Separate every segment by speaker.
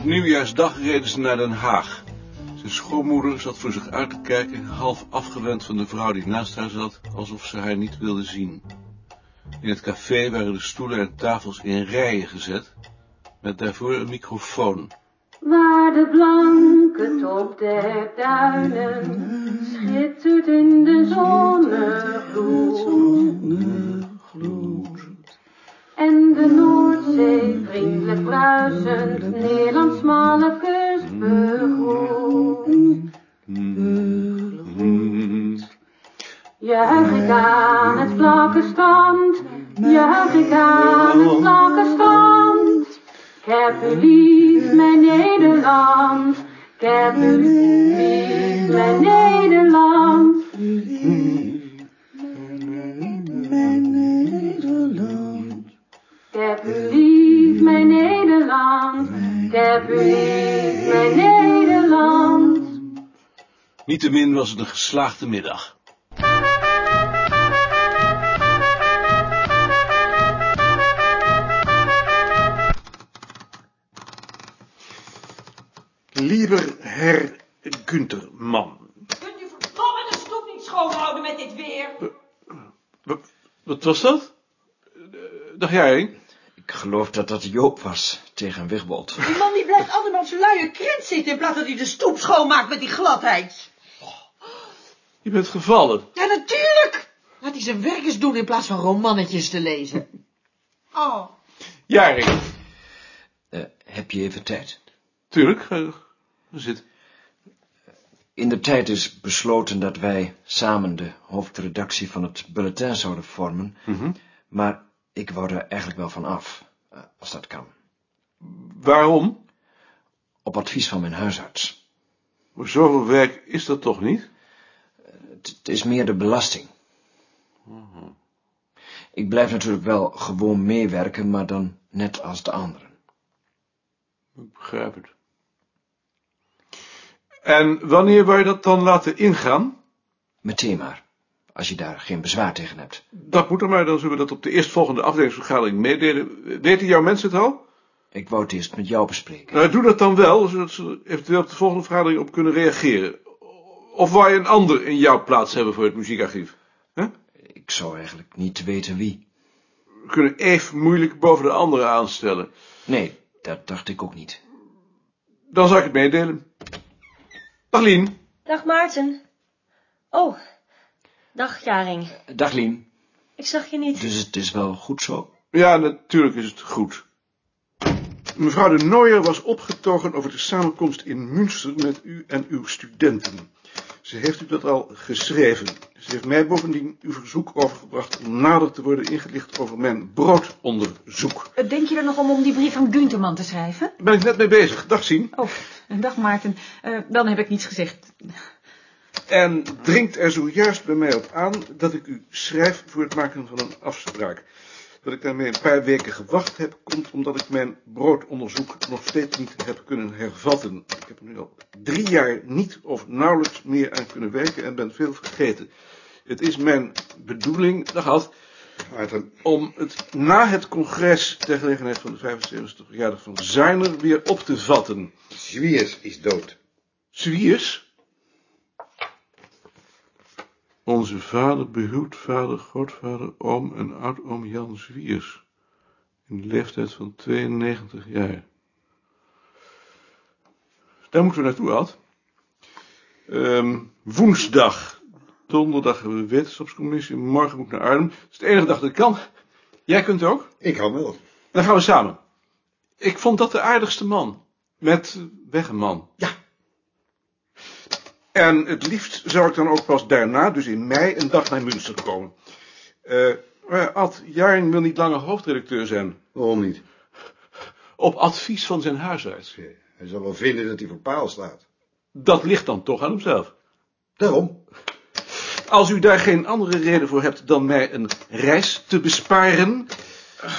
Speaker 1: Nieuwjaarsdag reden ze naar Den Haag. Zijn schoonmoeder zat voor zich uit te kijken, half afgewend van de vrouw die naast haar zat, alsof ze haar niet wilde zien. In het café waren de stoelen en tafels in rijen gezet, met daarvoor een microfoon.
Speaker 2: Waar de blanke top der duinen schittert in de zonnegloed. En de Noordzee vriendelijk bruisend Nederlands smalle kust begroet. Juich ik aan het vlakke strand, juich ik aan het vlakke strand. Ik heb u lief, mijn Nederland. Ik heb u lief, mijn Nederland. Ik heb u lief, mijn Nederland. Ik heb u lief, mijn Nederland.
Speaker 1: Niettemin was het een geslaagde middag.
Speaker 3: Lieber Herr Güntherman.
Speaker 4: Kunt u verdomme de stoep niet schoonhouden met dit weer?
Speaker 1: Wat, wat was dat? Eh, Dag jij? Henk?
Speaker 5: Ik geloof dat dat Joop was, tegen Wigbold.
Speaker 4: Die man die blijft altijd op zijn luie krent zitten in plaats dat hij de stoep schoonmaakt met die gladheid.
Speaker 1: Je bent gevallen.
Speaker 4: Ja, natuurlijk! Laat hij zijn werk eens doen in plaats van romannetjes te lezen. Oh,
Speaker 1: Jaring.
Speaker 5: Eh, heb je even tijd?
Speaker 1: Tuurlijk, eh, zit.
Speaker 5: In de tijd is besloten dat wij samen de hoofdredactie van het bulletin zouden vormen,
Speaker 3: Mhm.
Speaker 5: maar ik wou er eigenlijk wel van af, eh, als dat kan.
Speaker 1: Waarom?
Speaker 5: Op advies van mijn huisarts.
Speaker 1: Maar zoveel werk is dat toch niet?
Speaker 5: Het, het is meer de belasting. Ik blijf natuurlijk wel gewoon meewerken, maar dan net als de anderen.
Speaker 1: Ik begrijp het. En wanneer wou je dat dan laten ingaan?
Speaker 5: Meteen maar, als je daar geen bezwaar tegen hebt.
Speaker 1: Dat moet er maar, dan zullen we dat op de eerstvolgende afdelingsvergadering meedelen. Weten jouw mensen het al?
Speaker 5: Ik wou het eerst met jou bespreken.
Speaker 1: Nou, doe dat dan wel, zodat ze er eventueel op de volgende vergadering op kunnen reageren. Of wou je een ander in jouw plaats hebben voor het muziekarchief?
Speaker 5: Ik zou eigenlijk niet weten wie.
Speaker 1: We kunnen Eve moeilijk boven de anderen aanstellen.
Speaker 5: Nee, dat dacht ik ook niet.
Speaker 1: Dan zal ik het meedelen. Dag Lien.
Speaker 6: Dag Maarten. Oh, dag Jaring.
Speaker 5: Dag Lien.
Speaker 6: Ik zag je niet.
Speaker 5: Dus het is wel goed zo.
Speaker 1: Ja, natuurlijk is het goed. Mevrouw de Nooier was opgetogen over de samenkomst in Münster met u en uw studenten. Ze heeft u dat al geschreven. Ze heeft mij bovendien uw verzoek overgebracht om nader te worden ingelicht over mijn broodonderzoek.
Speaker 4: Eh,
Speaker 7: Denk je er nog om om die brief aan Gunterman te schrijven?
Speaker 1: Daar ben ik net mee bezig. Dag zien.
Speaker 7: Oh, dag Maarten. Eh, dan heb ik niets gezegd.
Speaker 1: En dringt er zojuist bij mij op aan dat ik u schrijf voor het maken van een afspraak. Dat ik daarmee een paar weken gewacht heb, komt omdat ik mijn broodonderzoek nog steeds niet heb kunnen hervatten. Ik heb er nu al drie jaar niet of nauwelijks meer aan kunnen werken en ben veel vergeten. Het is mijn bedoeling, dag had, om het na het congres ter gelegenheid van de 75e verjaardag van Zuiner weer op te vatten.
Speaker 8: Zwiers is dood.
Speaker 1: Zwiers? Onze vader, behuwd vader, grootvader, oom en oudoom Jan Zwiers. In de leeftijd van 92 jaar. Daar moeten we naartoe, Ad. Ehm, woensdag. Donderdag hebben we wetenschapscommissie. Morgen moet ik naar Arnhem. Dat is de enige dag dat ik kan. Jij kunt ook?
Speaker 8: Ik kan wel.
Speaker 1: Dan gaan we samen. Ik vond dat de aardigste man. Met eh, weg een man. Ja. En het liefst zou ik dan ook pas daarna, dus in mei, een dag naar Münster komen. Eh, maar Ad Jaring wil niet langer hoofdredacteur zijn.
Speaker 8: Waarom niet?
Speaker 1: Op advies van zijn huisarts.
Speaker 8: Hij zal wel vinden dat hij voor paal staat.
Speaker 1: Dat ligt dan toch aan hemzelf.
Speaker 8: Daarom.
Speaker 1: Als u daar geen andere reden voor hebt dan mij een reis te besparen...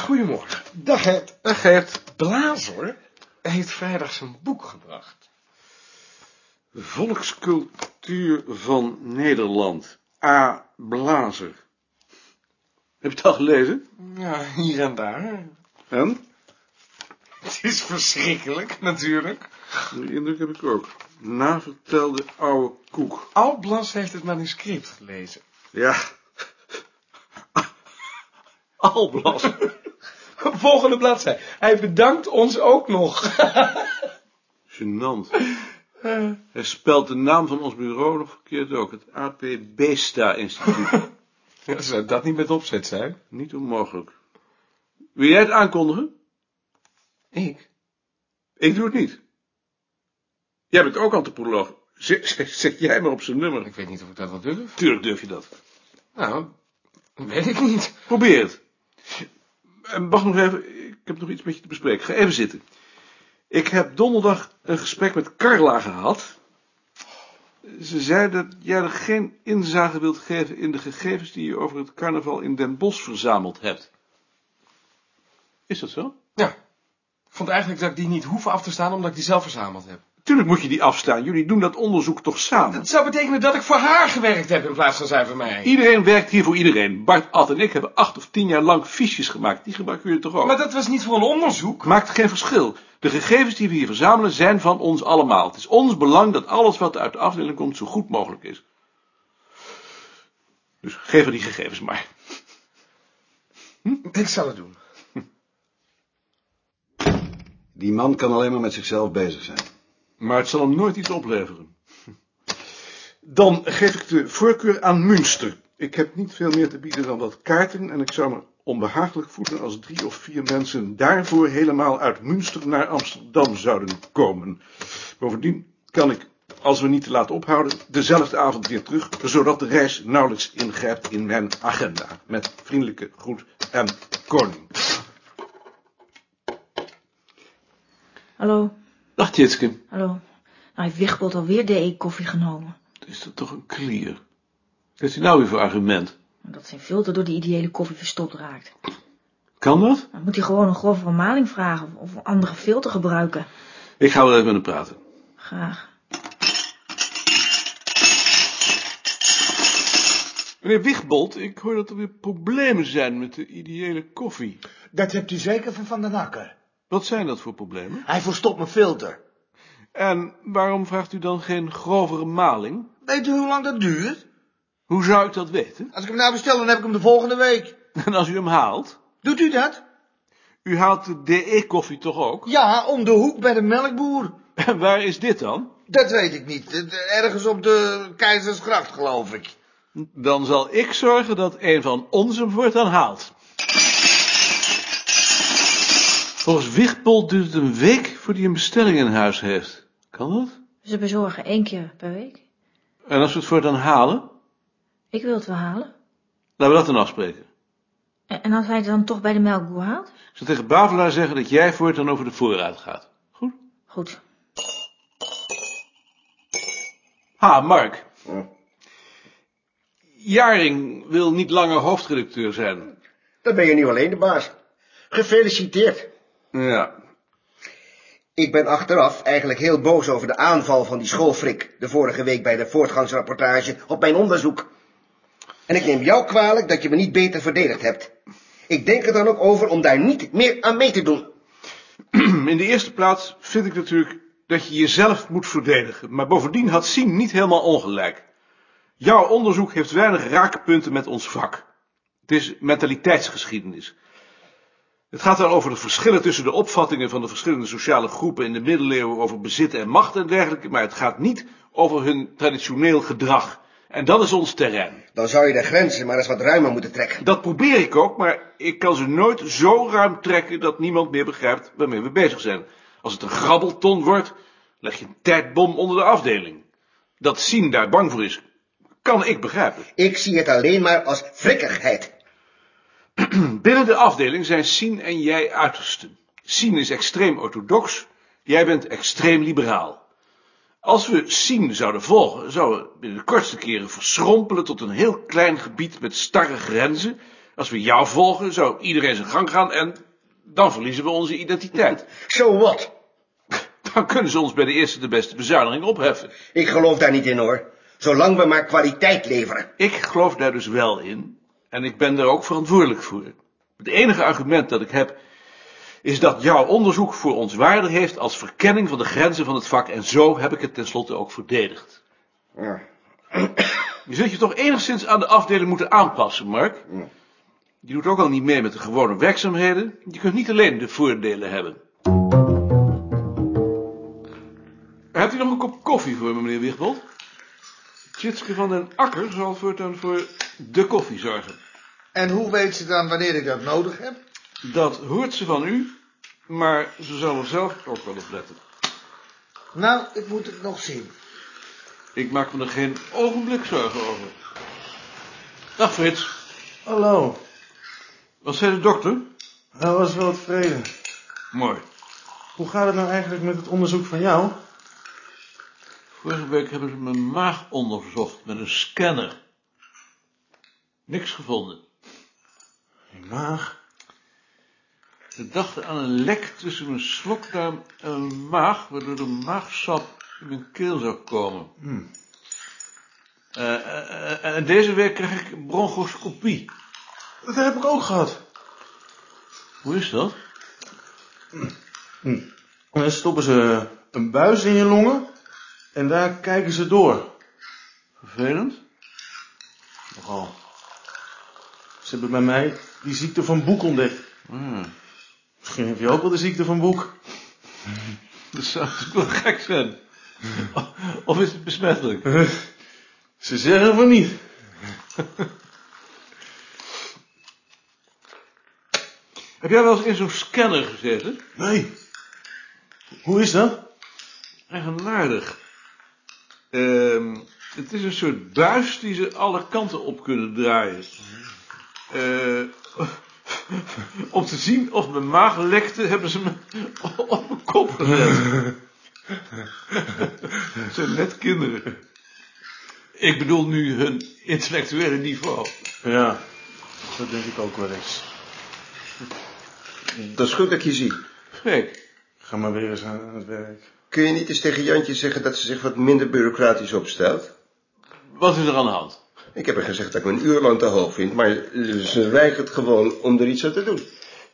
Speaker 1: Goedemorgen.
Speaker 9: Dag het
Speaker 1: Dag Gert.
Speaker 9: Blazer heeft vrijdag zijn boek gebracht.
Speaker 1: Volkscultuur van Nederland. A. Blazer. Heb je het al gelezen?
Speaker 9: Ja, hier en daar.
Speaker 1: En?
Speaker 9: Het is verschrikkelijk, natuurlijk.
Speaker 1: Die indruk heb ik ook. Navertelde oude koek.
Speaker 9: Alblas heeft het manuscript gelezen.
Speaker 1: Ja.
Speaker 9: Alblas. Volgende bladzij. Hij bedankt ons ook nog.
Speaker 1: Genant. Hij spelt de naam van ons bureau nog verkeerd ook. Het AP Besta Instituut.
Speaker 9: Zou dat niet met opzet zijn?
Speaker 1: Niet onmogelijk. Wil jij het aankondigen?
Speaker 9: Ik?
Speaker 1: Ik doe het niet. Jij bent ook antropoloog. Zet, zet, zet jij maar op zijn nummer.
Speaker 9: Ik weet niet of ik dat wel durf.
Speaker 1: Tuurlijk durf je dat.
Speaker 9: Nou, weet ik niet.
Speaker 1: Probeer het. En wacht nog even. Ik heb nog iets met je te bespreken. Ga even zitten. Ik heb donderdag een gesprek met Carla gehad. Ze zei dat jij er geen inzage wilt geven in de gegevens die je over het carnaval in Den Bosch verzameld hebt. Is dat zo?
Speaker 9: Ja. Ik vond eigenlijk dat ik die niet hoef af te staan, omdat ik die zelf verzameld heb.
Speaker 1: Tuurlijk moet je die afstaan. Jullie doen dat onderzoek toch samen?
Speaker 9: Dat zou betekenen dat ik voor haar gewerkt heb in plaats van zij voor mij.
Speaker 1: Iedereen werkt hier voor iedereen. Bart, Ad en ik hebben acht of tien jaar lang fiches gemaakt. Die gebruiken jullie toch ook?
Speaker 9: Maar dat was niet voor een onderzoek.
Speaker 1: Maakt geen verschil. De gegevens die we hier verzamelen zijn van ons allemaal. Het is ons belang dat alles wat uit de afdeling komt zo goed mogelijk is. Dus geef er die gegevens maar.
Speaker 9: Ik zal het doen.
Speaker 8: Die man kan alleen maar met zichzelf bezig zijn.
Speaker 1: Maar het zal hem nooit iets opleveren. Dan geef ik de voorkeur aan Münster. Ik heb niet veel meer te bieden dan wat kaarten en ik zou me onbehagelijk voelen als drie of vier mensen daarvoor helemaal uit Münster naar Amsterdam zouden komen. Bovendien kan ik, als we niet te laat ophouden, dezelfde avond weer terug, zodat de reis nauwelijks ingrijpt in mijn agenda. Met vriendelijke groet en koning.
Speaker 10: Hallo,
Speaker 1: Dag Jitske.
Speaker 10: hallo. Nou, hij wichtelt alweer de koffie genomen.
Speaker 1: Is dat toch een klier? Wat is hij nou weer voor argument?
Speaker 10: Dat zijn filter door die ideële koffie verstopt raakt.
Speaker 1: Kan dat?
Speaker 10: Dan moet hij gewoon een grove vermaling vragen of een andere filter gebruiken.
Speaker 1: Ik ga wel even met hem praten.
Speaker 10: Graag.
Speaker 1: Meneer Wichbold, ik hoor dat er weer problemen zijn met de ideële koffie.
Speaker 11: Dat hebt u zeker van Van den Akker.
Speaker 1: Wat zijn dat voor problemen?
Speaker 11: Hij verstopt mijn filter.
Speaker 1: En waarom vraagt u dan geen grovere maling?
Speaker 11: Weet u hoe lang dat duurt?
Speaker 1: Hoe zou ik dat weten?
Speaker 11: Als ik hem nou bestel, dan heb ik hem de volgende week.
Speaker 1: En als u hem haalt?
Speaker 11: Doet u dat?
Speaker 1: U haalt de DE-koffie toch ook?
Speaker 11: Ja, om de hoek bij de melkboer.
Speaker 1: En waar is dit dan?
Speaker 11: Dat weet ik niet. Eh, eh, Ergens op de Keizersgracht, geloof ik.
Speaker 1: Dan zal ik zorgen dat een van ons hem voortaan haalt. Volgens Wichtbold duurt het een week voordat hij een bestelling in huis heeft. Kan dat?
Speaker 10: Ze bezorgen één keer per week.
Speaker 1: En als we het voortaan halen,
Speaker 10: Ik wil het wel halen.
Speaker 1: laten we dat dan afspreken.
Speaker 10: En, en als hij het dan toch bij de melkboer haalt?
Speaker 1: Ik zal tegen Bavelaar zeggen dat jij voortaan over de voorraad gaat. Goed?
Speaker 10: Goed.
Speaker 1: Ha, Mark. Jaring wil niet langer hoofdredacteur zijn.
Speaker 8: Dan ben je nu alleen de baas. Gefeliciteerd.
Speaker 1: Ja.
Speaker 8: Ik ben achteraf eigenlijk heel boos over de aanval van die schoolfrik... de vorige week bij de voortgangsrapportage op mijn onderzoek. En ik neem jou kwalijk dat je me niet beter verdedigd hebt. Ik denk er dan ook over om daar niet meer aan mee te doen.
Speaker 1: In de eerste plaats vind ik natuurlijk dat je jezelf moet verdedigen. Maar bovendien had Sien niet helemaal ongelijk. Jouw onderzoek heeft weinig raakpunten met ons vak. Het is mentaliteitsgeschiedenis. Het gaat dan over de verschillen tussen de opvattingen van de verschillende sociale groepen in de middeleeuwen over bezit en macht en dergelijke, maar het gaat niet over hun traditioneel gedrag. En dat is ons terrein.
Speaker 8: Dan zou je de grenzen maar eens wat ruimer moeten trekken.
Speaker 1: Dat probeer ik ook, maar ik kan ze nooit zo ruim trekken dat niemand meer begrijpt waarmee we bezig zijn. Als het een grabbelton wordt, leg je een tijdbom onder de afdeling. Dat Sien daar bang voor is, kan ik begrijpen.
Speaker 8: Ik zie het alleen maar als frikkigheid.
Speaker 1: Binnen de afdeling zijn Sien en jij uitersten. Sien is extreem orthodox, jij bent extreem liberaal. Als we Sien zouden volgen, zouden we binnen de kortste keren verschrompelen tot een heel klein gebied met starre grenzen. Als we jou volgen, zou iedereen zijn gang gaan en dan verliezen we onze identiteit.
Speaker 8: So what?
Speaker 1: Dan kunnen ze ons bij de eerste de beste bezuiniging opheffen.
Speaker 8: Ik geloof daar niet in hoor. Zolang we maar kwaliteit leveren.
Speaker 1: Ik geloof daar dus wel in. En ik ben daar ook verantwoordelijk voor. Het enige argument dat ik heb is dat jouw onderzoek voor ons waarde heeft als verkenning van de grenzen van het vak. En zo heb ik het tenslotte ook verdedigd.
Speaker 12: Ja.
Speaker 1: Je zult je toch enigszins aan de afdeling moeten aanpassen, Mark?
Speaker 12: Ja.
Speaker 1: Je doet ook al niet mee met de gewone werkzaamheden. Je kunt niet alleen de voordelen hebben. Hebt u nog een kop koffie voor me, meneer Wichbold? Tjitske van den Akker zal voortaan voor de koffie zorgen.
Speaker 13: En hoe weet ze dan wanneer ik dat nodig heb?
Speaker 1: Dat hoort ze van u, maar ze zal er zelf ook wel op letten.
Speaker 13: Nou, ik moet het nog zien.
Speaker 1: Ik maak me er geen ogenblik zorgen over. Dag Frits,
Speaker 5: Hallo,
Speaker 1: wat zei de dokter?
Speaker 5: hij was wel tevreden.
Speaker 1: Mooi.
Speaker 5: Hoe gaat het nou eigenlijk met het onderzoek van jou?
Speaker 1: Vorige week hebben ze mijn maag onderzocht met een scanner. Niks gevonden.
Speaker 5: Je maag?
Speaker 1: Ze dachten aan een lek tussen mijn slokdarm en mijn maag, waardoor de maagsap in mijn keel zou komen.
Speaker 5: Hm.
Speaker 1: Eh, eh, eh, en deze week krijg ik bronchoscopie.
Speaker 5: Dat heb ik ook gehad.
Speaker 1: Hoe is dat?
Speaker 5: Hm. En dan stoppen ze een buis in je longen en daar kijken ze door.
Speaker 1: Vervelend?
Speaker 5: Nogal. Ze hebben bij mij die ziekte van Boek ontdekt.
Speaker 1: Ah,
Speaker 5: Misschien heb je ook wel de ziekte van Boek.
Speaker 1: dat zou natuurlijk wel gek zijn. Of is het besmettelijk?
Speaker 5: Ze zeggen van niet.
Speaker 1: Heb jij wel eens in zo'n scanner gezeten?
Speaker 5: Nee. Hoe is dat?
Speaker 1: Eigenaardig. Ehm, het is een soort buis die ze alle kanten op kunnen draaien. Eh, om te zien of mijn maag lekte, hebben ze me op mijn kop gezet. Het zijn net kinderen. Ik bedoel nu hun intellectuele niveau.
Speaker 5: Ja, dat denk ik ook wel eens.
Speaker 8: Dat is goed dat ik je zie.
Speaker 1: Gek.
Speaker 5: Ga maar weer eens aan het werk.
Speaker 8: Kun je niet eens tegen Jantje zeggen dat ze zich wat minder bureaucratisch opstelt?
Speaker 1: Wat is er aan de hand?
Speaker 8: Ik heb haar gezegd dat ik mijn uurloon te hoog vind, maar ze weigert gewoon om er iets aan te doen.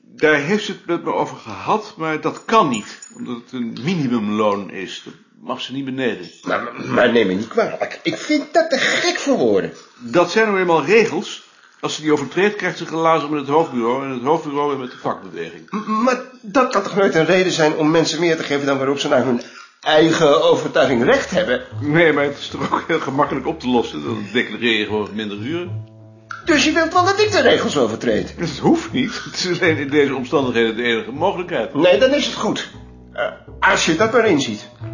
Speaker 1: Daar heeft ze het met me over gehad, maar dat kan niet. Omdat het een minimumloon is. Dat mag ze niet beneden.
Speaker 8: Maar, maar neem me niet kwalijk. Ik vind dat te gek voor woorden.
Speaker 1: Dat zijn nou eenmaal regels. Als ze die overtreedt, krijgt ze glazen met het hoofdbureau... en het hoofdbureau weer met de vakbeweging.
Speaker 8: M- Maar dat kan toch nooit een reden zijn om mensen meer te geven dan waarop ze naar hun eigen overtuiging recht hebben?
Speaker 1: Nee, maar het is toch ook heel gemakkelijk op te lossen. Dan declareer je gewoon minder uren.
Speaker 8: Dus je wilt wel dat ik de regels overtreed?
Speaker 1: Dat hoeft niet. Het is alleen in deze omstandigheden de enige mogelijkheid.
Speaker 8: Nee, dan is het goed. Eh, als je dat maar inziet.